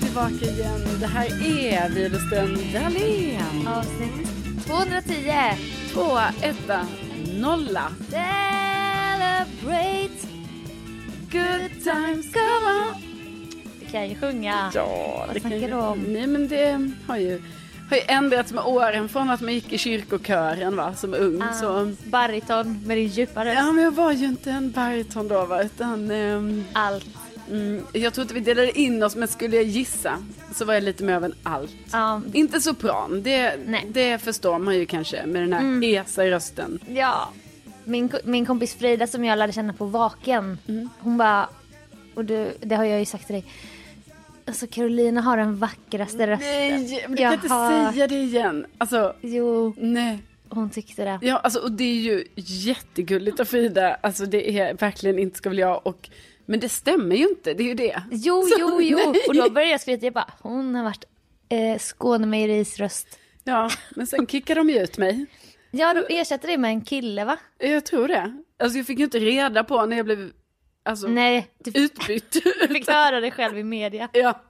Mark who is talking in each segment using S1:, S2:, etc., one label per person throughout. S1: tillbaka igen. Det här är Widersten Dahlén.
S2: Avsnitt 210.
S1: Tvåa, etta, nolla.
S2: Celebrate.
S1: Good times come on.
S2: Du kan ju sjunga.
S1: Ja,
S2: Vad
S1: det kan
S2: snackar
S1: ju...
S2: du om?
S1: Nej, men det har ju, har ju ändrats med åren från att man gick i kyrkokören va, som ung.
S2: Ah,
S1: Så,
S2: Bariton med din djupa röst.
S1: ja, men jag var ju inte en bariton då, va, utan ehm,
S2: Allt.
S1: mm, jag tror inte vi delade in oss, men skulle jag gissa så var jag lite mer av en allt.
S2: Ja.
S1: Inte sopran, det,
S2: Nej.
S1: det förstår man ju kanske med den här esa i rösten.
S2: ja. Min, ko- min kompis Frida som jag lärde känna på Vaken.
S1: Mm.
S2: Hon bara, och du, det har jag ju sagt till dig. Alltså Carolina har den vackraste rösten.
S1: Nej, men du kan
S2: Jag
S1: inte
S2: har-
S1: säga det igen. Alltså,
S2: Jo,
S1: nej.
S2: hon tyckte det.
S1: Ja, alltså, och det är ju jättegulligt av Frida. Alltså det är verkligen inte ska väl jag och... Men det stämmer ju inte, det är ju det.
S2: Jo,
S1: Så,
S2: jo, jo.
S1: nej.
S2: Och då började jag skryta. Jag bara, hon har varit eh, Skånemejeris röst.
S1: Ja, men sen kickar de ju ut mig.
S2: Ja, de ersatte det med en kille va?
S1: Jag tror det. Alltså jag fick ju inte reda på när jag blev alltså,
S2: Nej, du
S1: utbytt.
S2: fick höra det själv i media.
S1: ja,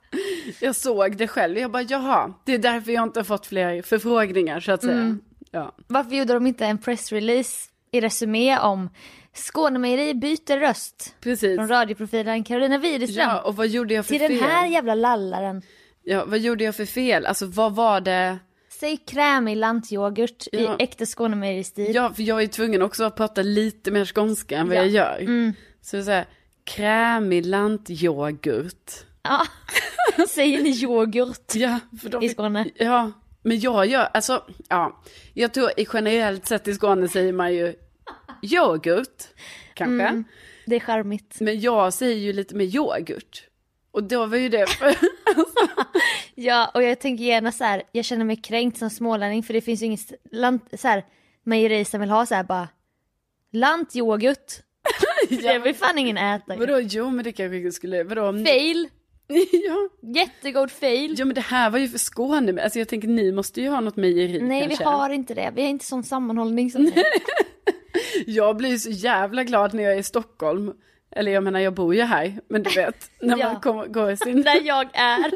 S1: jag såg det själv. Jag bara, jaha, det är därför jag inte har fått fler förfrågningar så att säga.
S2: Mm.
S1: Ja.
S2: Varför gjorde de inte en pressrelease i Resumé om Skånemejeri byter röst
S1: Precis.
S2: från radioprofilen Carolina Widerström
S1: Ja, och vad gjorde jag för
S2: till den
S1: fel?
S2: här jävla lallaren.
S1: Ja, vad gjorde jag för fel? Alltså vad var det?
S2: Säg krämig lantyoghurt
S1: Ja.
S2: i äkta Skånemejeristil.
S1: Ja, för jag är tvungen också att prata lite mer skånska än vad
S2: Ja. Mm.
S1: jag gör. Så det är så här, krämig lantyoghurt.
S2: Ja. Säger ni yoghurt?
S1: Ja, för de,
S2: I Skåne.
S1: Ja, men jag gör, alltså, ja. Jag tror i generellt sett i Skåne säger man ju yoghurt, kanske.
S2: Mm. Det är charmigt.
S1: Men jag säger ju lite med yoghurt. Och då var ju det, för,
S2: Ja, och jag tänker gärna så här, jag känner mig kränkt som smålänning för det finns ju inget lant, så här, mejeri som vill ha så här bara lantyoghurt. Det vill fan ingen äta.
S1: vadå, jo men det kanske skulle, vadå?
S2: Fail,
S1: ja.
S2: jättegod fail.
S1: Ja men det här var ju för Skåne, men alltså jag tänker ni måste ju ha något mejeri
S2: Nej
S1: kanske.
S2: vi har inte det, vi har inte sån sammanhållning som ni.
S1: Jag blir ju så jävla glad när jag är i Stockholm. Eller jag menar jag bor ju här, men du vet, när man
S2: Ja.
S1: kommer, går i sin...
S2: Där jag är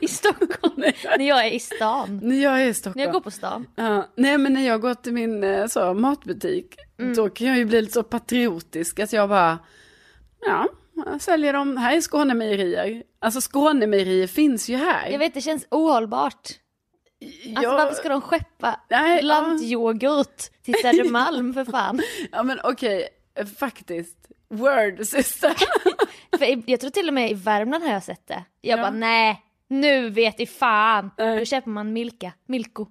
S2: i Stockholm, när jag är i stan.
S1: När jag är i Stockholm.
S2: När jag går på stan.
S1: Ja, nej men när jag går till min eh, så, matbutik,
S2: Mm.
S1: då kan jag ju bli lite så patriotisk. Alltså jag bara, ja, jag säljer dem, här är Skånemejerier. Alltså Skånemejerier finns ju här.
S2: Jag vet det känns ohållbart. Alltså
S1: Jag-
S2: varför ska de skeppa
S1: Nej, ja.
S2: lantyoghurt till Södermalm för fan?
S1: Ja men okej, eh, faktiskt. Word sista.
S2: För i- jag tror till och med i Värmland har jag sett det. Jag
S1: Ja.
S2: bara nej, nu vet i fan.
S1: Nej.
S2: Då köper man Milka, Milko.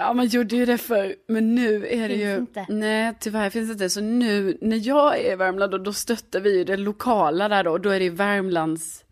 S1: Ja man gjorde ju det förr, men nu är det
S2: Finns
S1: ju...
S2: inte.
S1: Nej tyvärr finns det inte. Så nu när jag är i Värmland då, då stöttar vi ju det lokala där då. Då är det ju Värmlands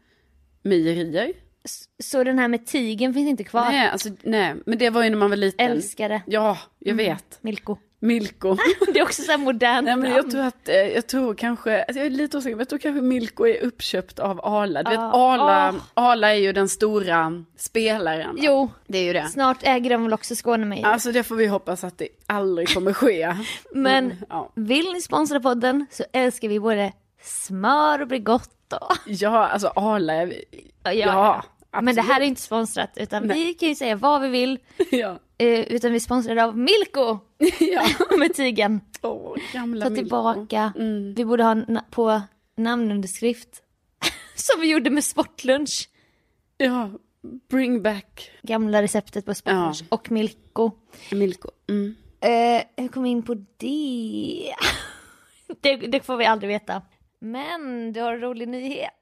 S1: mejerier.
S2: S- Så den här med tigen finns inte kvar.
S1: Nej, alltså, nej, men det var ju när man var liten.
S2: Älskade
S1: Ja, jag
S2: Mm.
S1: vet.
S2: Milko.
S1: Milko.
S2: Det är också så här modernt
S1: Nej men
S2: namn.
S1: jag tror att, eh, jag tror kanske, alltså jag är lite osäker, men jag tror kanske Milko är uppköpt av Arla. Du vet
S2: Ah,
S1: Arla,
S2: ah.
S1: Arla är ju den stora spelaren.
S2: Jo,
S1: Det är ju det.
S2: snart äger de väl också Skånemejerier.
S1: Alltså det får vi hoppas att det aldrig kommer ske.
S2: Men
S1: ja.
S2: vill ni sponsra podden så älskar vi både smör och Brigotto.
S1: ja, alltså Arla, är-
S2: Ja,
S1: ja,
S2: Men det här är inte sponsrat utan vi kan ju säga vad vi vill.
S1: ja.
S2: eh, Utan vi är sponsrade av Milko
S1: ja.
S2: med tigen.
S1: Åh, gamla
S2: Ta
S1: Milko. Mm.
S2: tillbaka. Vi borde ha na- på namnunderskrift. Som vi gjorde med Sportlunch.
S1: Ja, bring back
S2: Gamla receptet på Sportlunch
S1: Ja.
S2: och Milko.
S1: Milko. Mm.
S2: Eh, hur kom vi in på det? det? Det får vi aldrig veta. Men du har en rolig nyhet.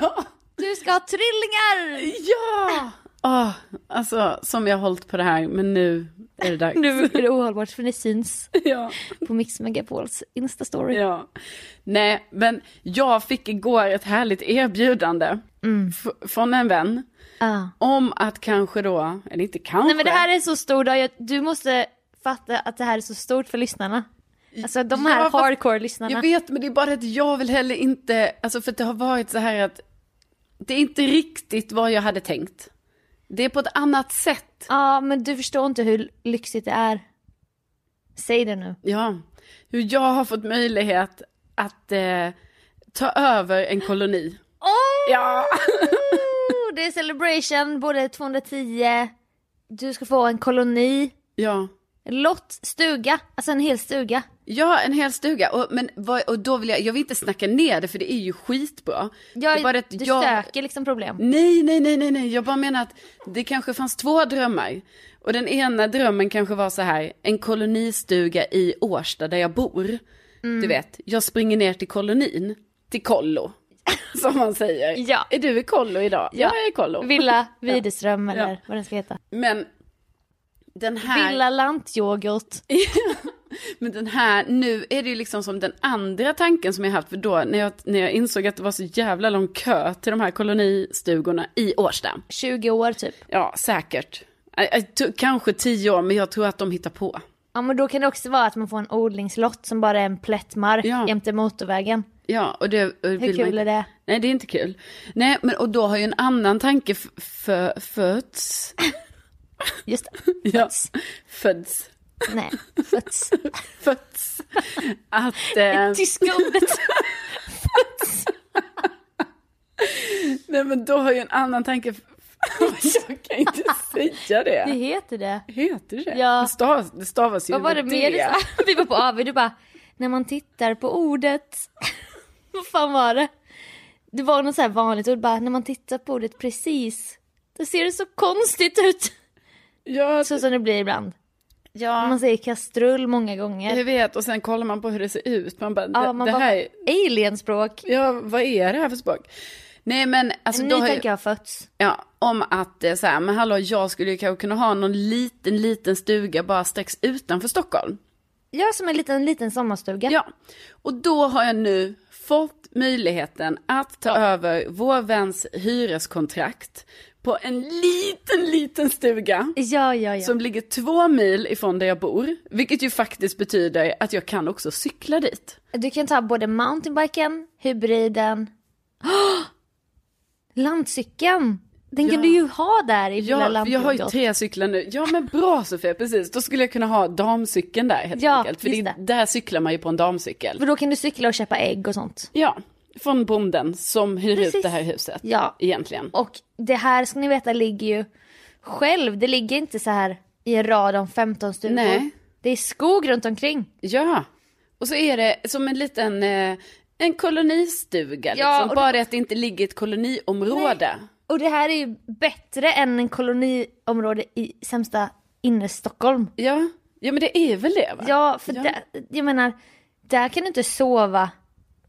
S1: ja,
S2: Du ska ha trillingar!
S1: ja! Åh, alltså som jag har hållit på det här, men nu är det dags.
S2: Nu är det ohållbart för ni syns
S1: Ja.
S2: på Mix Megapols Insta-story.
S1: Ja. Nej, men jag fick igår ett härligt erbjudande f- från en vän
S2: Mm. Ah.
S1: om att kanske då, eller inte kanske,
S2: Nej men det här är så stor dag, Jag- du måste fatta att det här är så stort för lyssnarna. Alltså de här
S1: Ja, fast-
S2: hardcore-lyssnarna.
S1: jag vet men det är bara att jag vill heller inte, alltså för att det har varit så här att det är inte riktigt vad jag hade tänkt. Det är på ett annat sätt.
S2: Ja men du förstår inte hur lyxigt det är. Säg det nu.
S1: Ja, hur jag har fått möjlighet att eh, ta över en koloni.
S2: Åh!
S1: Ja,
S2: Oh, det är celebration, både 210, du ska få en koloni,
S1: Ja.
S2: lott, stuga, alltså en hel stuga.
S1: Ja, en hel stuga. Och, men, vad- och då vill jag, jag vill inte snacka ner det för det är ju skitbra.
S2: Jag,
S1: det är bara att
S2: du
S1: jag,
S2: söker liksom problem.
S1: Nej, nej, nej, nej, nej. Jag bara menar att det kanske fanns två drömmar. Och den ena drömmen kanske var så här, en kolonistuga i Årsta där jag bor.
S2: Mm.
S1: Du vet, jag springer ner till kolonin, till kollo, som man säger.
S2: Ja.
S1: Är du i kollo idag? Ja, jag är i kollo.
S2: Villa Widerström eller
S1: Ja.
S2: vad den ska heta.
S1: Men den här...
S2: Villa Lantyoghurt.
S1: Men den här, nu är det ju liksom som den andra tanken som jag haft, för då när jag, när jag insåg att det var så jävla lång kö till de här kolonistugorna i Årsta.
S2: 20 år typ.
S1: Ja, säkert. Ä- ä, t- Kanske tio år, men jag tror att de hittar på.
S2: Ja men då kan det också vara att man får en odlingslott som bara är en plättmark
S1: Ja.
S2: jämte motorvägen.
S1: Ja, och det och
S2: Hur kul är det?
S1: Nej, det är inte kul. Nej, men och då har ju en annan tanke f- fö- fötts.
S2: Just det.
S1: Ja, föds.
S2: Nej, fötts.
S1: Fötts. Att... Eh,
S2: Tyska ordet.
S1: nej, men då har ju en annan tanke... f- jag kan inte säga det.
S2: Det heter det.
S1: Heter det
S2: Ja.
S1: det? Stavas, det stavas ju
S2: Vad var det
S1: med
S2: mer du
S1: D.
S2: sa? Vi var på AV, du bara, när man tittar på ordet. Vad fan var det? Det var något så här vanligt ord bara, när man tittar på ordet precis. Då ser det så konstigt ut.
S1: Ja,
S2: Så som det blir ibland. Man
S1: ja,
S2: säger kastrull många gånger.
S1: jag vet. Och sen kollar man på hur det ser ut. Man bara,
S2: Ja,
S1: det,
S2: man
S1: det
S2: bara,
S1: här, är-
S2: alienspråk.
S1: ja, vad är det här för språk? Nej men alltså
S2: en
S1: då
S2: ny
S1: har jag,
S2: tanke har fötts.
S1: ja, om att eh, så här, men hallå jag skulle ju kanske kunna ha någon liten, liten stuga bara strax utanför Stockholm.
S2: Ja, som en liten, liten sommarstuga.
S1: Ja, och då har jag nu fått möjligheten att ta över vår väns hyreskontrakt på en liten, liten stuga.
S2: Ja, ja, ja.
S1: Som ligger två mil ifrån där jag bor. Vilket ju faktiskt betyder att jag kan också cykla dit.
S2: Du kan ta både mountainbiken, hybriden... Åh! Landcykeln! Den kan
S1: Ja.
S2: du ju ha där i Villa
S1: Ja, för jag har ju
S2: Lantbruket.
S1: tre cyklar nu. Ja men bra Sofia, precis. Då skulle jag kunna ha damcykeln där helt
S2: Ja,
S1: enkelt. För det,
S2: just
S1: är- där cyklar man ju på en damcykel.
S2: För då kan du cykla och köpa ägg och sånt.
S1: Ja, från bonden som hyr
S2: Precis.
S1: ut det här huset.
S2: Ja.
S1: Egentligen.
S2: Och det här ska ni veta ligger ju själv. Det ligger inte så här i en rad om 15 stugor.
S1: Nej.
S2: Det är skog runt omkring.
S1: Ja, och så är det som en liten eh, en kolonistuga.
S2: Ja,
S1: liksom.
S2: och då-
S1: Bara att det inte ligger i ett koloniområde.
S2: Och det här är ju bättre än en koloniområde i sämsta innerstockholm.
S1: Ja. ja, men det är väl det va?
S2: Ja, för
S1: Ja.
S2: Där, jag menar, där kan du inte sova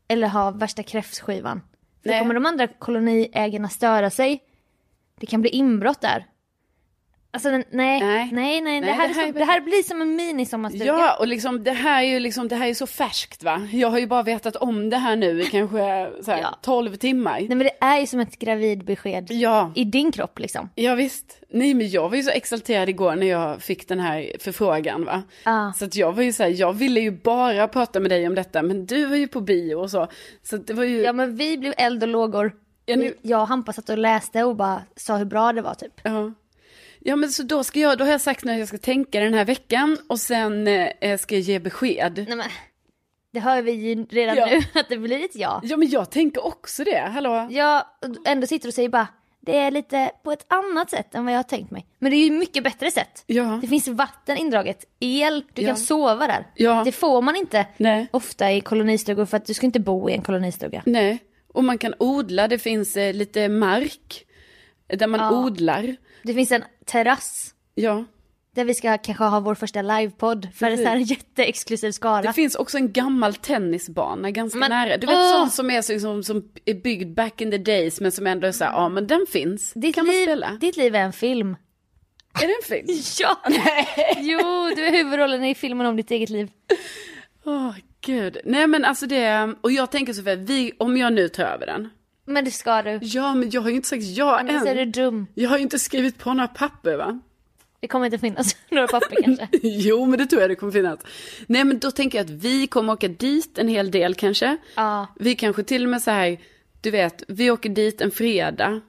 S2: eller ha värsta kräftskivan. För
S1: Nej.
S2: kommer de andra koloniägarna störa sig, det kan bli inbrott där. Alltså den- nej, nej,
S1: Nej.
S2: nej, nej. Det,
S1: Nej,
S2: här
S1: det
S2: är
S1: här
S2: som,
S1: är-
S2: det här blir som en minisommarstuga.
S1: Ja, och liksom, det här är ju liksom, det här är så färskt va. Jag har ju bara vetat om det här nu i kanske så här,
S2: Ja.
S1: 12 timmar.
S2: Nej men det är ju som ett gravidbesked
S1: Ja.
S2: i din kropp liksom.
S1: Ja visst. Nej men jag var ju så exalterad igår när jag fick den här förfrågan va.
S2: Ja.
S1: Så att jag var ju så här, jag ville ju bara prata med dig om detta men du var ju på bio och så. Så att det var ju,
S2: Ja men vi blev eld och lågor.
S1: Ja, nu-
S2: Jag och Hampa satt och läste och bara sa hur bra det var typ.
S1: ja. Ja men så då ska jag, då har jag sagt när jag ska tänka den här veckan och sen eh, ska jag ge besked.
S2: Nej men, det hör vi ju redan
S1: Ja.
S2: nu att det blir ett ja.
S1: Ja men jag tänker också det, hallå.
S2: Ja, och ändå sitter du och säger bara det är lite på ett annat sätt än vad jag har tänkt mig. Men det är ju mycket bättre sätt.
S1: Ja.
S2: Det finns vatten indraget, el, du
S1: Ja.
S2: kan sova där.
S1: Ja.
S2: Det får man inte
S1: Nej.
S2: ofta i kolonistugor för att du ska inte bo i en kolonistuga.
S1: Nej, och man kan odla, det finns eh, lite mark eh, där man
S2: Ja.
S1: odlar.
S2: Det finns en terrass
S1: Ja.
S2: där vi ska kanske ha vår första livepodd för en
S1: Precis.
S2: sån här jätteexklusiv
S1: Det
S2: skara.
S1: finns också en gammal tennisbana ganska
S2: Men-
S1: nära. Du vet
S2: Åh!
S1: sånt som är, så, som, som är byggd back in the days men som ändå är så här, ja men den finns.
S2: Ditt,
S1: kan man
S2: liv,
S1: spela.
S2: ditt liv är en film.
S1: Är det en film?
S2: Ja! Jo, du är huvudrollen i filmen om ditt eget liv.
S1: Åh gud. Nej men alltså det, och jag tänker så vi, om jag nu tar över den.
S2: Men det ska du.
S1: Ja men jag har ju inte sagt ja
S2: Men så är du
S1: än.
S2: dum.
S1: Jag har ju inte skrivit på några papper va?
S2: Det kommer inte finnas några papper kanske.
S1: Jo men det tror jag det kommer finnas. Nej men då tänker jag att vi kommer åka dit en hel del kanske.
S2: Ja.
S1: Vi kanske till och med så här, du vet, vi åker dit en fredag.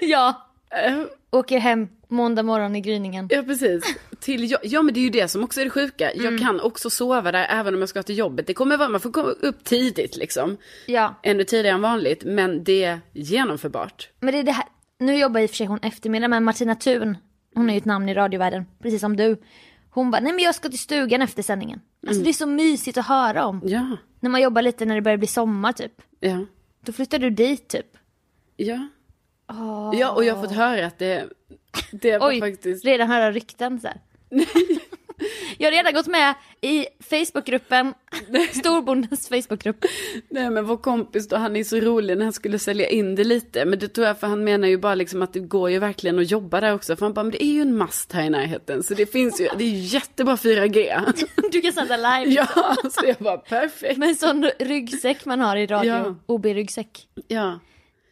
S2: Ja.
S1: Eh,
S2: Åker hem måndag morgon i gryningen.
S1: Ja precis. Till, jo- ja men det är ju det som också är det sjuka.
S2: Mm.
S1: Jag kan också sova där även om jag ska till jobbet. Det kommer vara, man får komma upp tidigt liksom.
S2: Ja,
S1: Ännu tidigare än vanligt. Men det är genomförbart.
S2: men det är det här. nu jobbar i och för sig hon eftermiddag men Martina Thun, hon är ju ett namn i radiovärlden, precis som du. Hon bara, nej men jag ska till stugan efter sändningen.
S1: Mm.
S2: Alltså det är så mysigt att höra om.
S1: Ja,
S2: När man jobbar lite när det börjar bli sommar typ.
S1: ja,
S2: Då flyttar du dit typ.
S1: ja.
S2: Åh.
S1: Ja, och jag har fått höra att det, det var
S2: Oj,
S1: faktiskt...
S2: redan höra rykten så här. jag har redan gått med i Facebookgruppen, storbondens Facebookgrupp.
S1: Nej men vår kompis då, han är så rolig när han skulle sälja in det lite. Men det tror jag för han menar ju bara liksom att det går ju verkligen att jobba där också. För han bara, men det är ju en mast här i närheten. Så det finns ju, det är ju jättebra 4G.
S2: Du kan sända live.
S1: Ja, så jag bara perfekt.
S2: Med en sån ryggsäck man har i radio,
S1: Ja.
S2: OB-ryggsäck.
S1: Ja.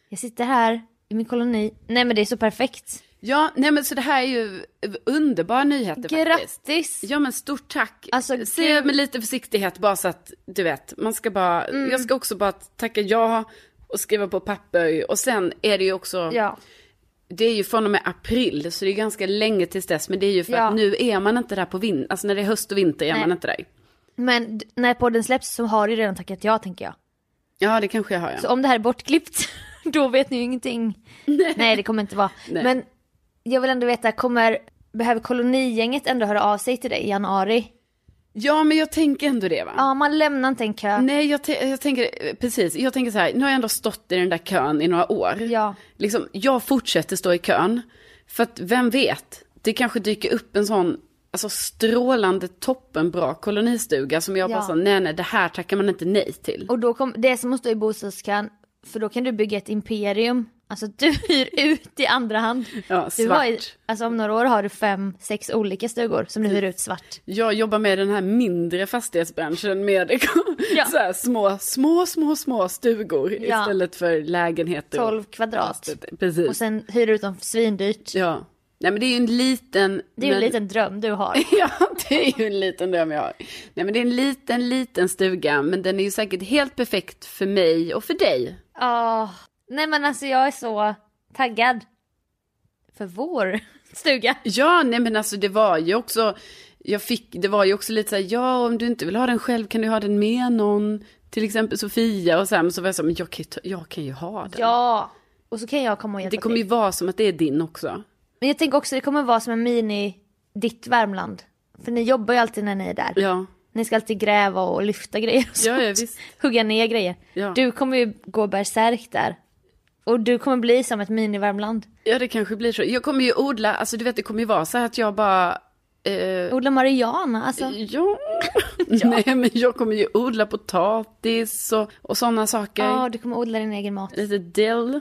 S2: Jag sitter här i min koloni. Nej men det är så perfekt.
S1: ja, nej men så det här är ju underbara nyheter faktiskt.
S2: Grattis!
S1: Ja men stort tack.
S2: Alltså,
S1: Se
S2: gud.
S1: med lite försiktighet bara så att du vet, man ska bara,
S2: Mm.
S1: jag ska också bara tacka ja och skriva på papper och sen är det ju också
S2: Ja.
S1: Det är ju från och med april, så det är ganska länge tills dess. Men det är ju för
S2: Ja.
S1: att nu är man inte där på vintern. Alltså när det är höst och vinter är
S2: Nej.
S1: man inte där.
S2: Men d- när podden släpps så har du redan tackat ja tänker jag.
S1: Ja, det kanske jag har.
S2: Så
S1: Ja.
S2: om det här är bortklippt, då vet ni ju ingenting. Nej, det kommer inte vara.
S1: Nej.
S2: Men jag vill ändå veta, kommer, behöver kolonigänget ändå höra av sig till dig i januari?
S1: ja, men jag tänker ändå det va.
S2: Ja, man lämnar inte en kö.
S1: Nej, jag, te- jag tänker eh, precis. Jag tänker så här, nu har jag ändå stått i den där kön i några år.
S2: Ja.
S1: Liksom, jag fortsätter stå i kön. För att vem vet, det kanske dyker upp en sån alltså, strålande toppenbra kolonistuga som jag
S2: Ja.
S1: bara så, nej, nej, det här tackar man inte nej till.
S2: Och då kom, det är som att stå i bostadskön, för då kan du bygga ett imperium. Alltså du hyr ut i andra hand.
S1: Ja,
S2: Du har, ju-
S1: svart.
S2: alltså om några år har du fem, sex olika stugor som du hyr ut svart.
S1: Jag jobbar med den här mindre fastighetsbranschen med liksom,
S2: Ja.
S1: så här små, små, små, små stugor
S2: Ja.
S1: istället för lägenheter.
S2: 12 kvadrat.
S1: Precis.
S2: Och sen hyr ut dem svindyrt.
S1: Ja. Nej men det är ju en liten...
S2: Det är ju en
S1: men-
S2: liten dröm du har.
S1: Ja, det är ju en liten dröm jag har. Nej men det är en liten, liten stuga, men den är ju säkert helt perfekt för mig och för dig.
S2: Ja. Nej men alltså jag är så taggad. För vår stuga.
S1: Ja, nej men alltså det var ju också, jag fick, det var ju också lite så här, ja om du inte vill ha den själv kan du ha den med någon, till exempel Sofia och så här, men så var jag så här, men jag kan ju, ta, jag kan ju ha den.
S2: Ja. Och så kan jag komma och hjälpa
S1: Det kommer ju
S2: till.
S1: vara som att det är din också.
S2: Men jag tänker också det kommer vara som en mini ditt Värmland. För ni jobbar ju alltid när ni är där.
S1: Ja,
S2: Ni ska alltid gräva och lyfta grejer och
S1: ja, ja
S2: sånt.
S1: visst.
S2: Hugga ner grejer.
S1: Ja.
S2: Du kommer ju gå berserk där. Och du kommer bli som ett mini-Värmland.
S1: Ja, det kanske blir så. Jag kommer ju odla, alltså du vet det kommer ju vara så här att jag bara... Eh,
S2: Odla marijuana, alltså.
S1: ja. Nej, men jag kommer ju odla potatis och, och sådana saker.
S2: Ja, du kommer odla din egen mat.
S1: Lite dill.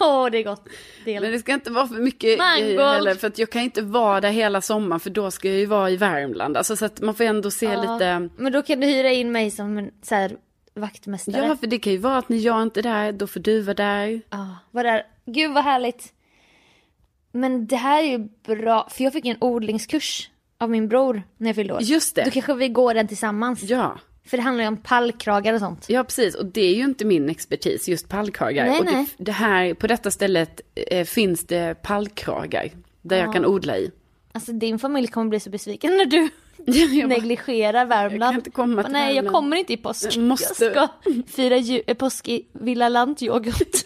S2: Åh, det är gott. Det är
S1: Men det ska inte vara för mycket
S2: Mangold.
S1: grejer heller, för att jag kan inte vara där hela sommaren, för då ska jag ju vara i Värmland. Alltså så att man får ändå se
S2: Ja,
S1: lite...
S2: Men då kan du hyra in mig som en så här, vaktmästare.
S1: Ja, för det kan ju vara att när jag inte är där, då får du vara där.
S2: Ja, vad där. Gud vad härligt. Men det här är ju bra, för jag fick ju en odlingskurs av min bror när jag fyllde år.
S1: Just
S2: Då
S1: det.
S2: kanske vi går den tillsammans.
S1: Ja.
S2: För det handlar ju om pallkragar och sånt.
S1: Ja, precis. Och det är ju inte min expertis, just pallkragar.
S2: Nej,
S1: och det,
S2: nej.
S1: det här, på detta stället eh, finns det pallkragar där jag kan odla i.
S2: Alltså din familj kommer bli så besviken när du
S1: Jag bara,
S2: negligerar Värmland.
S1: jag kan inte komma till
S2: Nej, jag
S1: Värmland.
S2: kommer inte i påsk.
S1: Jag måste.
S2: Jag ska fira ju- eh, påsk i Villa Lantyoghurt.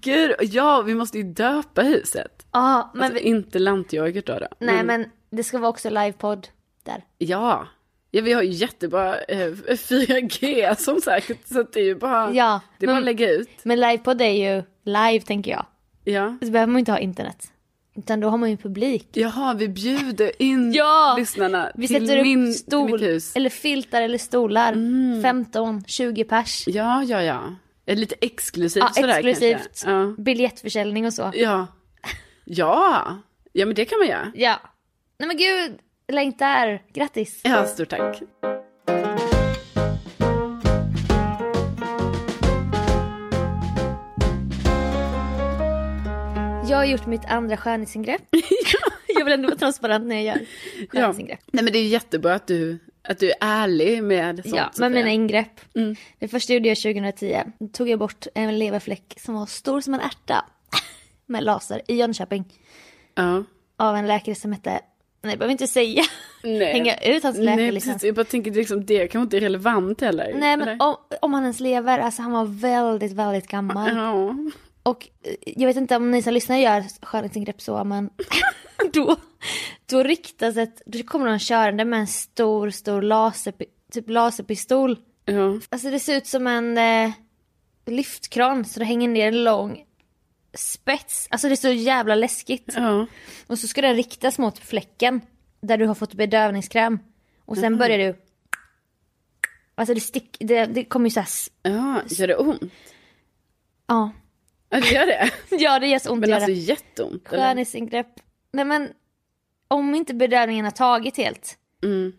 S1: Gud, ja, vi måste ju döpa huset.
S2: ja, men
S1: Alltså,
S2: vi,
S1: inte lantyoghurt då. då.
S2: nej men det ska vara också livepodd där.
S1: Ja. ja, vi har ju jättebra eh, 4G som säkert, så att det är ju bara,
S2: Ja, Mm.
S1: det är bara
S2: men-
S1: att lägga ut.
S2: Men livepodd är ju live tänker jag.
S1: Ja.
S2: Så behöver man ju inte ha internet. Utan då har man ju publik.
S1: Jaha, vi bjuder in
S2: Ja!
S1: lyssnarna
S2: Vi
S1: till,
S2: sätter
S1: min,
S2: upp
S1: till
S2: stol,
S1: mitt hus. Mm.
S2: eller filtar eller stolar. 15, 20 pers.
S1: Ja, ja, ja. Eh, Lite exklusivt
S2: Ja,
S1: sådär
S2: exklusivt.
S1: kanske. Ja.
S2: Biljettförsäljning och så.
S1: Ja. Ja. Ja men det kan man göra.
S2: Ja. Nej men gud, längtar. Grattis.
S1: Ja, stort tack.
S2: Jag har gjort mitt andra skönhetsingrepp. jag vill ändå vara transparent när jag gör
S1: Ja.
S2: skönhetsingrepp.
S1: Nej men det är jättebra att du, att du är ärlig med sånt.
S2: Ja,
S1: Sofia.
S2: med mina ingrepp.
S1: Mm.
S2: Det första gjorde jag 2010. Då tog jag bort en leverfläck som var stor som en ärta. med laser i Jönköping.
S1: Ja.
S2: Av en läkare som hette, nej det behöver jag inte säga.
S1: Nej.
S2: Hänga ut hans
S1: Nej
S2: läkarlicens.
S1: precis, jag bara tänker liksom, det kanske inte är relevant heller.
S2: Nej men
S1: Eller?
S2: om, om han ens lever, alltså han var väldigt, väldigt gammal.
S1: Ja.
S2: Och eh, jag vet inte om ni som lyssnar gör skönhetsingrepp så men då, då riktas ett, då kommer någon körande med en stor, stor laser, typ laserpistol.
S1: Ja.
S2: Alltså det ser ut som en eh, lyftkran så det hänger ner en lång spets. Alltså det är så jävla läskigt.
S1: Ja.
S2: Och så ska den riktas mot fläcken där du har fått bedövningskräm. Och sen
S1: Mm.
S2: börjar du... Alltså det, stick, det, det kommer ju såhär...
S1: ja, gör det ont?
S2: Ja.
S1: Ja, det gör det.
S2: ja, det gör så ont
S1: Men
S2: att
S1: alltså
S2: göra.
S1: jätteont. eller?
S2: Skönhetsingrepp. Nej men, om inte bedövningen har tagit helt.
S1: Mm.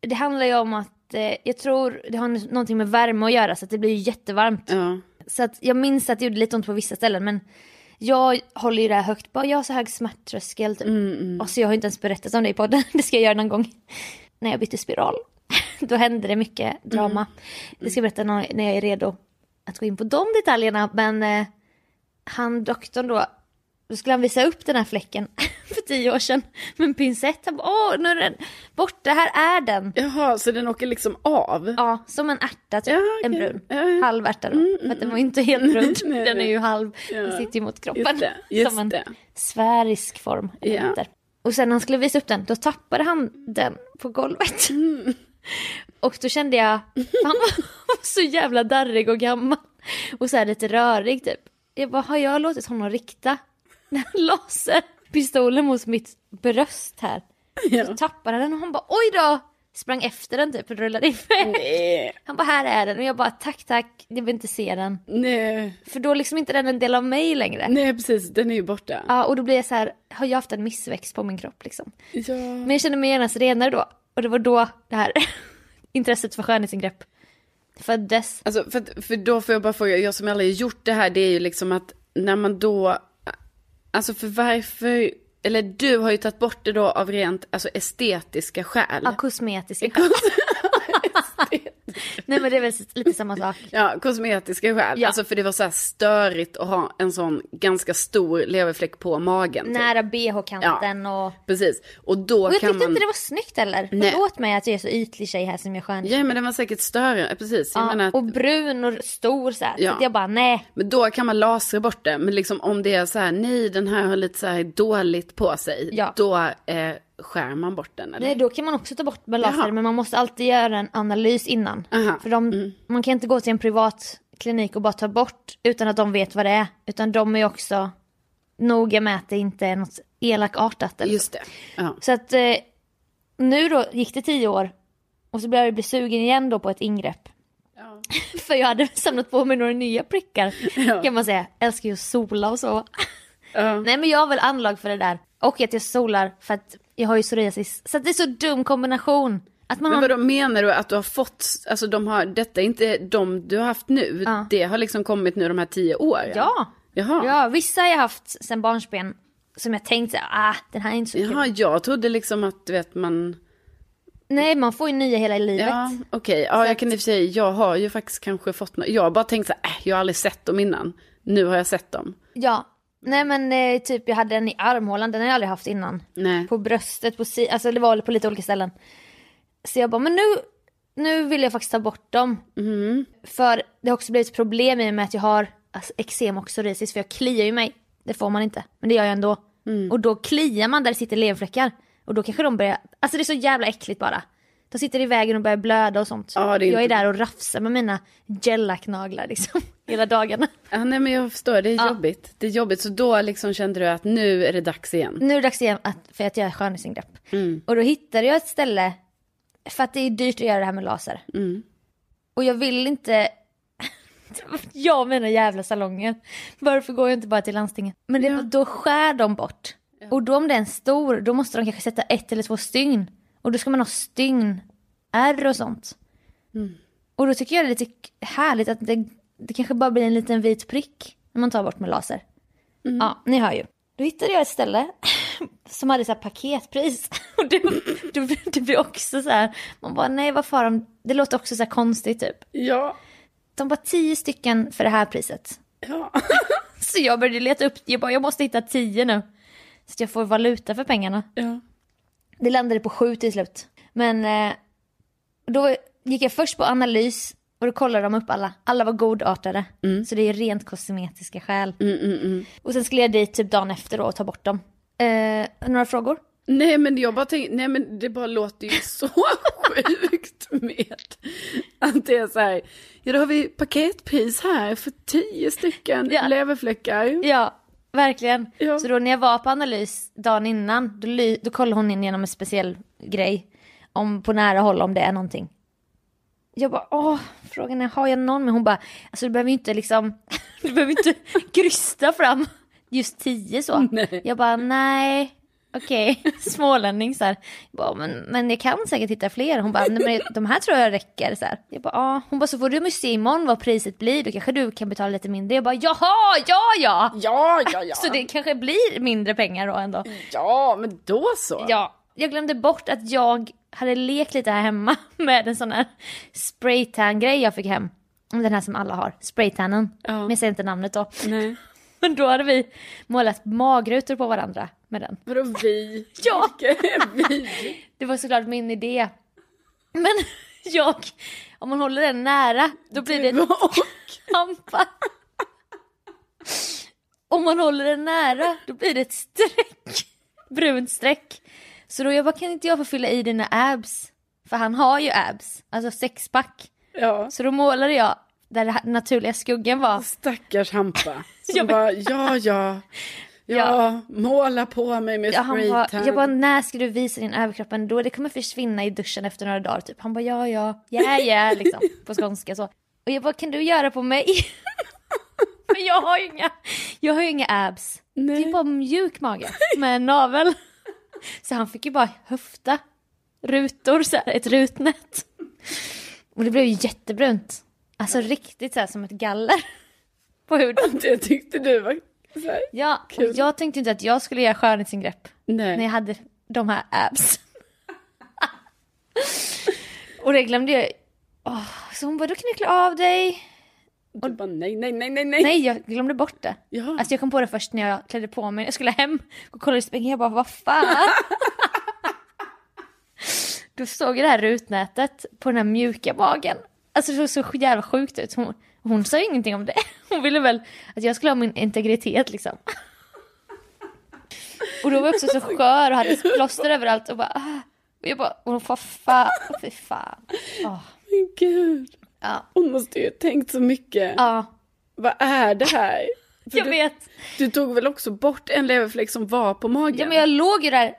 S2: Det handlar ju om att, eh, jag tror det har någonting med värme att göra så att det blir ju jättevarmt.
S1: Ja.
S2: Så att jag minns att det gjorde lite ont på vissa ställen men jag håller ju det här högt. Bara, jag har så hög smärttröskel typ.
S1: Mm, mm.
S2: Alltså jag har inte ens berättat om det i podden. Det ska jag göra någon gång. När jag bytte spiral. Då hände det mycket drama.
S1: Mm.
S2: Det ska jag berätta nå- när jag är redo att gå in på de detaljerna. Men eh, han doktorn då. Då skulle han visa upp den här fläcken för tio år sedan. Med en pincett. Han bara, åh nu är den borta, här är den.
S1: Jaha, så den åker liksom av?
S2: Ja, som en ärta typ.
S1: Ja, okej.
S2: En brun.
S1: Ja, ja.
S2: Halv ärta då. för att den var ju inte helt
S1: Mm, Nej,
S2: rund.
S1: nej,
S2: den är
S1: nej.
S2: ju halv.
S1: Ja.
S2: Den sitter ju mot kroppen.
S1: Just det. Just
S2: som en
S1: det.
S2: sfärisk form. eller
S1: Ja.
S2: vad det heter. Och sen när han skulle visa upp den, då tappade han den på golvet.
S1: Mm.
S2: Och då kände jag, han var så jävla darrig och gammal. Och så här lite rörig typ. Jag bara, har jag låtit honom rikta den här laserpistolen mot mitt bröst här?
S1: Ja.
S2: Så tappade han den och han bara, oj då! Sprang efter den typ och rullade iväg.
S1: Nej.
S2: Han bara, här är den. Och jag bara, tack tack, jag vill inte se den.
S1: Nej.
S2: För då är liksom inte den en del av mig längre.
S1: Nej, precis. Den är ju borta.
S2: Ja, och då blir jag så här, har jag haft en missväxt på min kropp liksom?
S1: Ja.
S2: Men jag kände mig genast renare då. Och det var då det här intresset för skönhetsingrepp föddes.
S1: Alltså, för, att- för då får jag bara fråga, jag som aldrig har gjort det här, det är ju liksom att när man då, alltså för varför, eller du har ju tagit bort det då av rent alltså, estetiska skäl.
S2: Ja, kosmetiska skäl. Nej men det är väl lite samma sak.
S1: Ja, kosmetiska skäl.
S2: Ja.
S1: Alltså för det var så här störigt att ha en sån ganska stor leverfläck på magen. typ.
S2: Nära bh-kanten och...
S1: Precis. Och då
S2: Och jag
S1: kan
S2: tyckte
S1: man...
S2: inte det var snyggt heller.
S1: Nej.
S2: Förlåt mig att jag är så ytlig tjej här som jag skön.
S1: Ja, men den var säkert större. Precis. Jag menar
S2: Ja,
S1: att...
S2: och brun och stor så här.
S1: Ja.
S2: Så att jag bara nej.
S1: Men då kan man lasra bort det. Men liksom om det är så här, nej den här har lite så här dåligt på sig.
S2: Ja.
S1: Då eh, skär man bort den eller?
S2: Nej, då kan man också ta bort med
S1: Jaha.
S2: laser men man måste alltid göra en analys innan.
S1: Aha. Mm.
S2: För de, man kan inte gå till en privat klinik och bara ta bort utan att de vet vad det är. Utan de är också noga med att det inte är något elakartat. Eller.
S1: Just det. Ja.
S2: Så att eh, nu då gick det tio år och så började jag bli sugen igen då på ett ingrepp.
S1: Ja.
S2: För jag hade samlat på mig några nya prickar
S1: Ja.
S2: kan man säga. Jag älskar ju att sola och så.
S1: Ja.
S2: Nej men jag har väl anlag för det där. Och att jag solar för att jag har ju psoriasis. Så att det är så dum kombination. Att man
S1: Men
S2: har
S1: vadå menar du att du har fått, alltså de har, detta är inte de du har haft nu,
S2: Ja.
S1: det har liksom kommit nu de här tio åren?
S2: Ja.
S1: Jaha.
S2: Ja, vissa har jag haft sen barnsben som jag tänkt så här, ah den här är inte så kul.
S1: Jaha, jag trodde liksom att du vet man,
S2: Nej man får ju nya hela livet.
S1: ja okej, ja jag kan i och för sig, jag har ju faktiskt kanske fått något, jag har bara tänkt så här, äh, jag har aldrig sett dem innan, nu har jag sett dem.
S2: Ja. Nej men eh, typ jag hade en i armhålan, den har jag aldrig haft innan.
S1: Nej.
S2: På bröstet, på si alltså det var på lite olika ställen. Så jag bara men nu, nu vill jag faktiskt ta bort dem.
S1: Mm.
S2: För det har också blivit problem i och med att jag har alltså, eksem och psoriasis för jag kliar ju mig. Det får man inte, men det gör jag ändå.
S1: Mm.
S2: Och då kliar man där det sitter leverfläckar. Och då kanske de börjar, alltså det är så jävla äckligt bara. De sitter i vägen och börjar blöda och sånt.
S1: Ja, det är
S2: jag är
S1: inte-
S2: där och rafsar med mina gellacknaglar liksom, hela dagarna.
S1: Ja, nej men jag förstår, det är
S2: Ja.
S1: jobbigt. Det är jobbigt, så då liksom kände du att nu är det dags igen.
S2: nu är det dags igen att, för att göra skönhetsingrepp.
S1: Mm.
S2: Och då hittade jag ett ställe, för att det är dyrt att göra det här med laser.
S1: Mm.
S2: Och jag vill inte, jag menar jävla salonger. Varför går jag inte bara till landstinget? Men det, då skär de bort. Och då om det är en stor, då måste de kanske sätta ett eller två stygn. Och då ska man ha stygn, ärr och sånt. Och då tycker jag det är lite härligt att det, det kanske bara blir en liten vit prick när man tar bort med laser. Ja, ni hör ju. Då hittade jag ett ställe som hade så här paketpris. Och det, det, det blir också så här, man bara nej vad far om, det låter också så här konstigt typ.
S1: Ja.
S2: De bara tio stycken för det här priset.
S1: Ja.
S2: Så jag började leta upp, jag bara jag måste hitta tio nu. Så att jag får valuta för pengarna.
S1: ja.
S2: Det landade på sju till slut. Men eh, då gick jag först på analys. Och Och då kollade de upp alla. Alla var godartade. Så det är rent kosmetiska skäl.
S1: Mm, mm, mm.
S2: Och sen skulle jag dit typ dagen efter då och ta bort dem. Eh, några frågor?
S1: Nej men jag bara tänker, nej men det bara låter ju så sjukt med att det är så här, ja då har vi paketpris här för tio stycken
S2: Ja.
S1: leverfläckar.
S2: Ja, verkligen.
S1: Ja.
S2: Så då när jag var på analys dagen innan, då, ly- då kollade hon in genom en speciell grej. Om, på nära håll om det är någonting. Jag bara, åh, frågan är, har jag någon? Men hon bara, alltså du behöver ju inte liksom, du behöver inte krysta fram just tio så.
S1: Nej.
S2: Jag bara, nej, okej, smålänning så här. Jag bara, men, men jag kan säkert hitta fler. Hon bara, nej, men de här tror jag räcker så här. Jag bara, ja. Hon bara, så får du se imorgon vad priset blir, då kanske du kan betala lite mindre. Jag bara, jaha, ja, ja.
S1: Ja, ja, ja.
S2: Så det kanske blir mindre pengar då ändå.
S1: Ja, men då så.
S2: Ja. Jag glömde bort att jag hade lekt lite här hemma med en sån här spraytan-grej jag fick hem. Den här som alla har, spraytannen.
S1: Ja.
S2: Men jag säger inte namnet då.
S1: Nej.
S2: Men då hade vi målat magrutor på varandra med den.
S1: Vadå vi?
S2: Ja.
S1: Vilka är vi?
S2: Det var såklart min idé. Men jag, om man håller den nära, då blir det en
S1: Och,
S2: kampa. Om man håller den nära, då blir det ett streck. Brunt streck. Så då jag bara, kan inte jag få fylla i dina abs? För han har ju abs, alltså sexpack.
S1: ja.
S2: Så då målade jag där den naturliga skuggan var.
S1: Stackars Hampa. Som
S2: Ja, men-
S1: bara, ja, ja. Ja,
S2: Ja.
S1: måla på mig med
S2: Ja,
S1: ja,
S2: han bara, jag bara, när ska du visa din överkropp ändå? Det kommer försvinna i duschen efter några dagar typ. Han bara, ja ja, ja ja, liksom på skånska så. Och jag bara, kan du göra på mig? Men jag har ju inga, jag har ju inga abs.
S1: Nej.
S2: Det är bara Typ mjuk mage med en navel. Så han fick ju bara höfta, rutor, så här, ett rutnät. Och det blev ju jättebrunt. Alltså riktigt så här som ett galler på huden.
S1: typ- Det tyckte du var... Så här.
S2: Ja, och
S1: Kul.
S2: jag tänkte inte att jag skulle göra skönhetsingrepp
S1: Nej.
S2: när jag hade de här abs. och det glömde jag. Åh, så hon bara, då kan du klä av dig.
S1: Du bara, nej, nej, nej, nej, nej.
S2: Nej, jag glömde bort det.
S1: Ja.
S2: Alltså jag kom på det först när jag klädde på mig. Jag skulle hem och kollade i spegeln. Jag bara, vad fan? då såg jag det här rutnätet på den här mjuka magen. Alltså det såg så jävla sjukt ut. Hon, hon sa ju ingenting om det. Hon ville väl att jag skulle ha min integritet liksom. Och då var jag också så skör och hade plåster överallt och bara... "Ah." Och jag bara, och hon bara, fan, fy fan. Åh,
S1: Men gud.
S2: ja,
S1: Hon måste ju ha tänkt så mycket.
S2: ja,
S1: Vad är det här? För
S2: jag
S1: du,
S2: vet.
S1: du tog väl också bort en leverfläck som var på magen?
S2: Ja men jag låg ju där,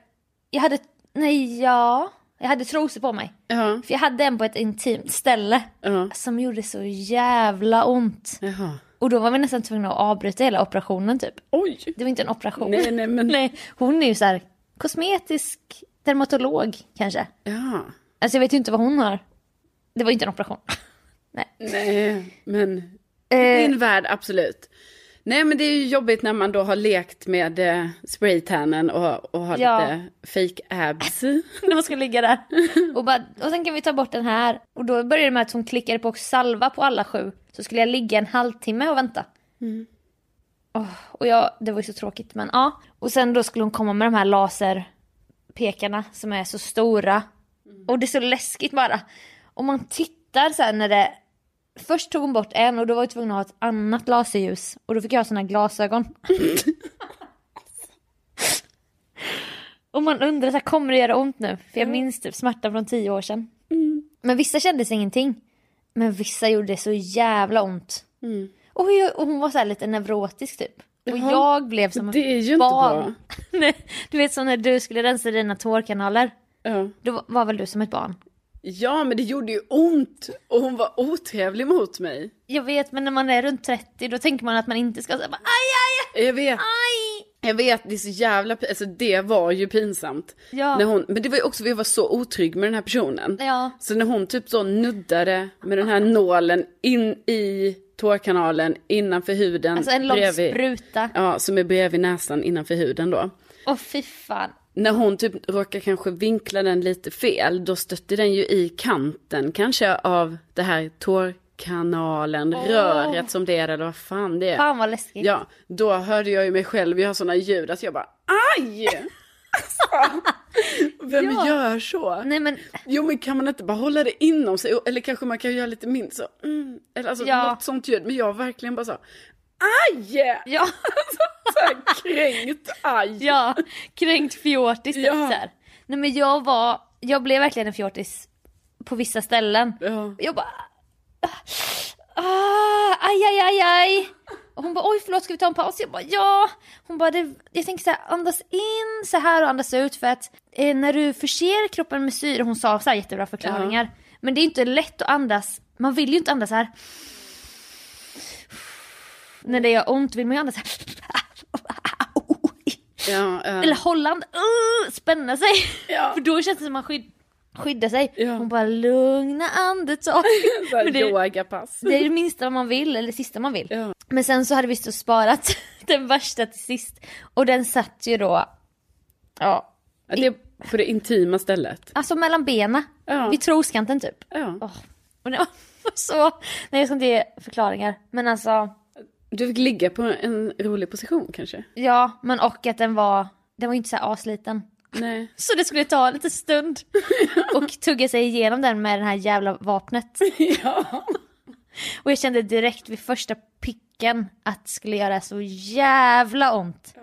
S2: jag hade, nej ja, jag hade trosor på mig.
S1: Ja.
S2: För jag hade en på ett intimt ställe
S1: Ja.
S2: som gjorde så jävla ont.
S1: Jaha.
S2: Och då var vi nästan tvungna att avbryta hela operationen typ.
S1: Oj.
S2: Det var inte en operation.
S1: Nej, nej, men...
S2: Nej, hon är ju så här kosmetisk dermatolog kanske.
S1: Ja.
S2: Alltså jag vet ju inte vad hon har. Det var ju inte en operation. nej.
S1: Nej, men
S2: Eh,
S1: Min värld, absolut. Nej men det är ju jobbigt när man då har lekt med eh, spraytannen och, och har
S2: Ja.
S1: lite fake abs.
S2: när man ska ligga där. Och, bara, och sen kan vi ta bort den här. Och då började det med att hon klickade på salva på alla sju. Så skulle jag ligga en halvtimme och vänta. Mm. Åh, och jag, det var ju så tråkigt men ja. Och sen då skulle hon komma med de här laserpekarna som är så stora.
S1: Mm.
S2: Och det är så läskigt bara. Om man tittar så här när det... Först tog hon bort en och då var jag tvungen att ha ett annat laserljus. Och då fick jag ha såna här glasögon. Och man undrar så här, kommer det göra ont nu?
S1: Mm.
S2: För jag minns typ smärtan från tio år sedan. Men vissa kändes ingenting. Men vissa gjorde det så jävla ont.
S1: Mm.
S2: Och, jag, och hon var så här lite neurotisk typ. Och
S1: Jaha.
S2: jag blev som
S1: Det är ju
S2: ett
S1: inte
S2: barn.
S1: bra.
S2: Nej, du vet som när du skulle rensa dina tårkanaler.
S1: Ja.
S2: Då var- var väl du som ett barn?
S1: ja men det gjorde ju ont och hon var otrevlig mot mig.
S2: Jag vet men när man är runt 30 då tänker man att man inte ska säga bara aj aj
S1: Jag vet,
S2: aj.
S1: jag vet det är så jävla pin- alltså det var ju pinsamt.
S2: Ja.
S1: När hon, men det var ju också, vi var så otrygg med den här personen.
S2: Ja.
S1: Så när hon typ så nuddade med den här nålen in i tårkanalen innanför huden.
S2: Alltså en lång
S1: bredvid-
S2: spruta.
S1: Ja, som är bredvid näsan innanför huden då.
S2: Åh fy fan.
S1: När hon typ råkar kanske vinkla den lite fel, då stötte den ju i kanten kanske av det här tårkanalen, röret som det är eller vad fan det är.
S2: Fan vad läskigt.
S1: Ja, då hörde jag ju mig själv göra sådana ljud att jag bara aj! Vem
S2: Ja.
S1: gör så?
S2: Nej men
S1: Jo men kan man inte bara hålla det inom sig? Eller kanske man kan göra lite mindre så. Mm, eller alltså
S2: Ja.
S1: något sånt ljud. Men jag verkligen bara så. Aj!
S2: ja,
S1: Så här kränkt aj.
S2: ja kränkt fjortis.
S1: Ja.
S2: Ja. Så här. Nej men jag var, jag blev verkligen en fjortis på vissa ställen.
S1: Ja.
S2: Jag bara... Ah, aj, aj, aj, aj. Och hon bara oj förlåt ska vi ta en paus? Jag bara ja. Hon bara det, jag tänker så här andas in så här och andas ut för att eh, när du förser kroppen med syre, hon sa så här jättebra förklaringar. Men det är inte lätt att andas, man vill ju inte andas så här. När det gör ont vill man ju andas så här.
S1: Ja, eh,
S2: Eller hålla andan, uh, spänna sig.
S1: ja.
S2: För då känns det som att man skydd, skyddar sig.
S1: Ja.
S2: Hon bara lugna andetag.
S1: Så här
S2: Men det-
S1: yogapass.
S2: Det är det minsta man vill, eller det sista man vill.
S1: Ja.
S2: Men sen så hade vi så sparat den värsta till sist. Och den satt ju då, ja,
S1: Ja, Det är på det intima stället.
S2: alltså mellan benen.
S1: Ja.
S2: Vid troskanten typ.
S1: Ja.
S2: Åh, Och det var så, nej jag ska inte ge förklaringar. Men alltså,
S1: Du fick ligga på en rolig position kanske?
S2: ja, men och att den var, den var ju inte så här asliten.
S1: Nej.
S2: Så det skulle ta lite stund. Och tugga sig igenom den med det här jävla vapnet.
S1: ja.
S2: Och jag kände direkt vid första picken att det skulle göra så jävla ont.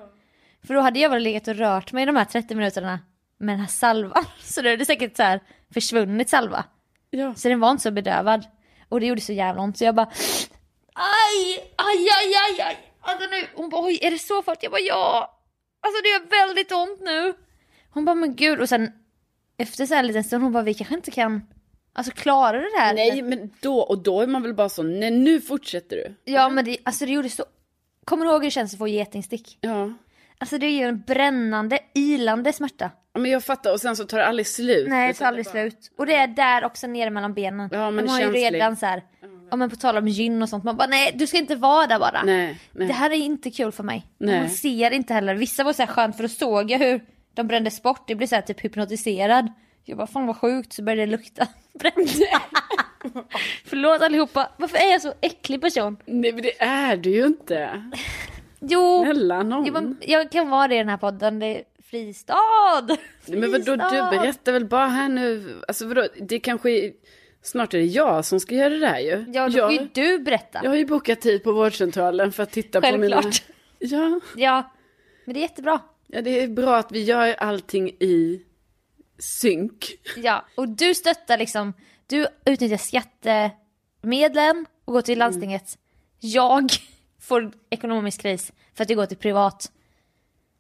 S2: För då hade jag bara legat och rört mig de här 30 minuterna med den här salvan. Så då hade det säkert så här försvunnit salva.
S1: Ja.
S2: Så den var inte så bedövad. Och det gjorde så jävla ont så jag bara Aj! Aj, aj, aj, aj! Alltså nu, hon bara oj är det så farligt? Jag bara ja! Alltså det gör väldigt ont nu. Hon bara men gud och sen efter så här en liten stund hon bara vi kanske inte kan Alltså klarar du det här?
S1: Nej men då, och då är man väl bara så, nej nu fortsätter du.
S2: Ja men det, alltså det gjorde så... Kommer du ihåg hur det känns att få getingstick?
S1: Ja.
S2: Alltså det är ju en brännande, ilande smärta.
S1: Ja, Men jag fattar, och sen så tar det aldrig slut.
S2: Nej det tar
S1: Utan
S2: aldrig
S1: bara-
S2: slut. Och det är där också nere mellan benen.
S1: Ja, men
S2: De har ju
S1: känslig.
S2: redan så här, ja men på tal om gyn och sånt, man bara nej du ska inte vara där bara.
S1: Nej, nej.
S2: Det här är inte kul för mig.
S1: Nej.
S2: Man ser inte heller, vissa var så här skönt för då såg jag hur de brändes bort, det blev så här typ hypnotiserad. Jag bara fan vad sjukt så började det lukta bränt. Förlåt allihopa, varför är jag så äcklig person?
S1: Nej men det är du ju inte.
S2: Jo!
S1: Snälla någon.
S2: Jag, var, jag kan vara det i den här podden, det är fristad!
S1: Nej, men vadå,
S2: Fristad!
S1: du berättar väl bara här nu. Alltså vadå, det kanske är... Snart är det jag som ska göra det där ju.
S2: Ja, då får ju
S1: jag,
S2: du berätta.
S1: jag har ju bokat tid på vårdcentralen för att titta på mina...
S2: Självklart.
S1: Ja,
S2: Ja, men det är jättebra.
S1: ja, det är bra att vi gör allting i synk.
S2: Ja, och du stöttar liksom, du utnyttjar skattemedlen och går till
S1: Mm.
S2: landstinget. Jag får ekonomisk kris för att jag går till privat.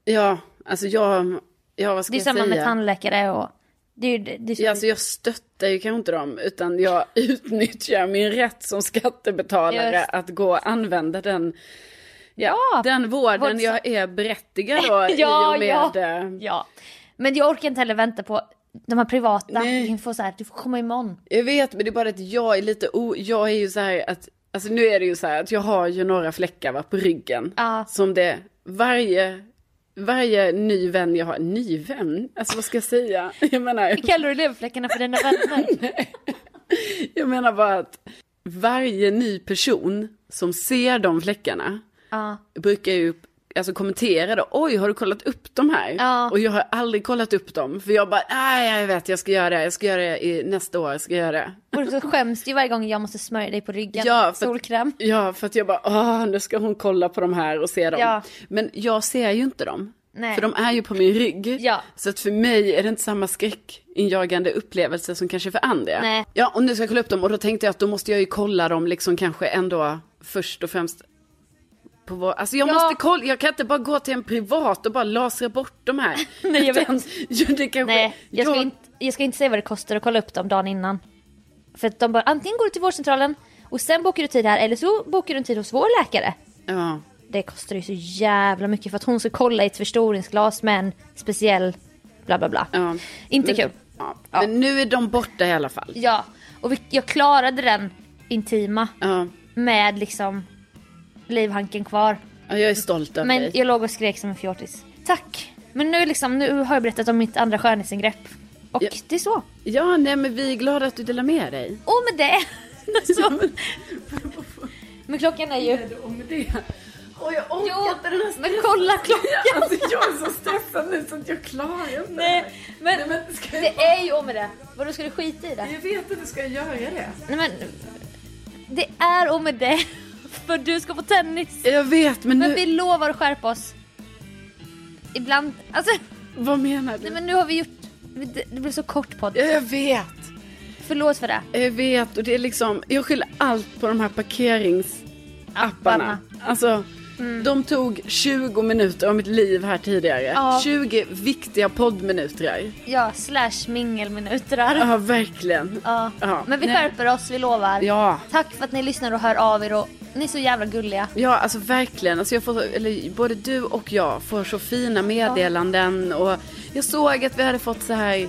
S1: Ja, alltså jag... Ja, vad ska
S2: Det är
S1: jag säga?
S2: samma med tandläkare och... Det är, ju- det, det är så-
S1: Ja, alltså jag stöttar ju kanske inte dem, utan jag utnyttjar min rätt som skattebetalare
S2: Just.
S1: att gå och använda den, ja,
S2: Ja,
S1: den vården
S2: vårdsam-
S1: jag är berättigad då i
S2: Ja,
S1: och med...
S2: ja.
S1: eh,
S2: ja. Men jag orkar inte heller vänta på de här privata.
S1: Nej.
S2: Du kan få så här, du får komma imorgon.
S1: Jag vet, men det är bara att jag är lite o... Jag är ju så här att... Alltså nu är det ju så här att jag har ju några fläckar va, på ryggen.
S2: Ja.
S1: Som det... Varje... Varje ny vän jag har... Ny vän? Alltså vad ska jag säga? Jag menar...
S2: Kallar du leverfläckarna för dina vänner?
S1: Jag menar bara att varje ny person som ser de fläckarna
S2: Ja.
S1: brukar ju alltså, kommentera då, oj har du kollat upp de här?
S2: Ja.
S1: Och jag har aldrig kollat upp dem, för jag bara, nej jag vet jag ska göra det, jag ska göra det i, nästa år, jag ska göra det.
S2: Och så skäms du ju varje gång jag måste smörja dig på ryggen.
S1: Ja, för att-
S2: Solkräm.
S1: Ja, för att jag bara, åh nu ska hon kolla på de här och se dem.
S2: Ja.
S1: Men jag ser ju inte dem.
S2: Nej.
S1: För de är ju på min rygg.
S2: Ja.
S1: Så att för mig är det inte samma skräckinjagande upplevelse som kanske för andra.
S2: Nej.
S1: Ja, och nu ska jag kolla upp dem och då tänkte jag att då måste jag ju kolla dem liksom kanske ändå först och främst på vår... Alltså jag
S2: Ja.
S1: måste kolla, jag kan inte bara gå till en privat och bara lasra bort de här.
S2: Nej, jag vet.
S1: Utan- Ja, det kanske...
S2: Nej, jag ska,
S1: då-
S2: inte, jag ska inte säga vad det kostar att kolla upp dem dagen innan. För att de bara, antingen går du till vårdcentralen och sen bokar du tid här eller så bokar du en tid hos vår läkare.
S1: Ja.
S2: Det kostar ju så jävla mycket för att hon ska kolla i ett förstoringsglas med en speciell bla bla bla.
S1: Ja.
S2: Inte
S1: Men-
S2: kul.
S1: Ja. Men nu är de borta i alla fall.
S2: Ja, och vi, jag klarade den intima
S1: Ja.
S2: med liksom livhanken kvar.
S1: Ja, jag är stolt över
S2: Men
S1: dig.
S2: jag låg och skrek som en fjortis. Tack! Men nu, liksom, nu har jag berättat om mitt andra skönhetsingrepp. Och
S1: Ja.
S2: det är så.
S1: Ja, nej men vi är glada att du delar med dig.
S2: Och med det! så. Men klockan är ju...
S1: Och med det Och jag orkar
S2: Jo,
S1: inte den här
S2: men kolla
S1: klockan. Alltså jag är så stressad nu så att jag klarar inte.
S2: Nej, men-
S1: Nej, men ska jag...
S2: Det är ju om med det. Vadå ska du skita i det?
S1: jag vet inte, ska jag göra det?
S2: Nej men. Det är om med det. För du ska på tennis.
S1: Jag vet, men,
S2: Men
S1: nu...
S2: vi lovar att skärpa oss. Ibland, alltså.
S1: Vad menar du?
S2: Nej men nu har vi gjort. Det, det blev så kort podd.
S1: Ja, Jag vet.
S2: Förlåt för det.
S1: Jag vet och det är liksom, jag skyller allt på de här parkeringsapparna.
S2: Apparna. Mm.
S1: Alltså, de tog 20 minuter av mitt liv här tidigare.
S2: Ja.
S1: 20 viktiga poddminuter. här.
S2: Ja, slash mingelminuter där.
S1: Ja, verkligen.
S2: Ja.
S1: Ja.
S2: Men vi
S1: Nej.
S2: skärper oss, vi lovar.
S1: Ja.
S2: Tack för att ni lyssnar och hör av er och ni är så jävla gulliga.
S1: Ja, alltså verkligen. Alltså jag får, eller, både du och jag får så fina meddelanden. Och jag såg att vi hade fått så här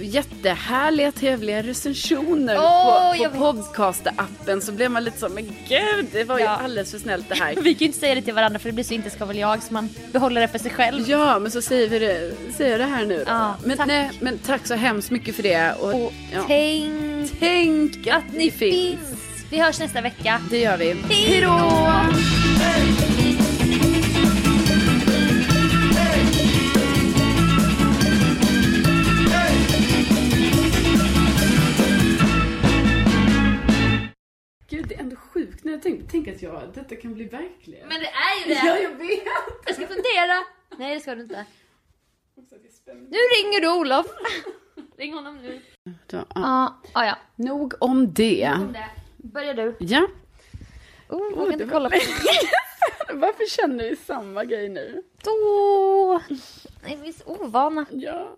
S1: jättehärliga, trevliga recensioner
S2: Åh, jag
S1: på,
S2: vet.
S1: på podcast-appen. Så blev man lite så, men gud, det var
S2: Ja.
S1: ju alldeles för snällt det här.
S2: Vi kan ju inte säga det till varandra för det blir så inte ska väl jag så man behåller det för sig själv.
S1: Ja, men så säger vi det, säger jag det här nu då.
S2: Ja,
S1: men,
S2: tack.
S1: Nej, men tack så hemskt mycket för det. Och,
S2: Och
S1: ja.
S2: tänk
S1: Tänk att ni finns.
S2: finns. Vi hörs nästa vecka.
S1: Det gör vi.
S2: Hej då!
S1: Gud, det är ändå sjukt när jag tänker tänk att jag, detta kan bli verklighet.
S2: Men det är ju
S1: Ja,
S2: det!
S1: jag vet.
S2: Jag ska fundera. Nej det ska du inte.
S1: Också att det är spännande.
S2: Nu ringer du Olof. Ring honom nu.
S1: Då, ja.
S2: Ja, ja. ja.
S1: Nog om det.
S2: Om det. Börjar du.
S1: Ja.
S2: Oh, jag
S1: Oh,
S2: kan
S1: det
S2: inte
S1: var-
S2: kolla på
S1: Varför känner vi samma grej nu?
S2: Då. Nej, vi är så ovana.
S1: Ja.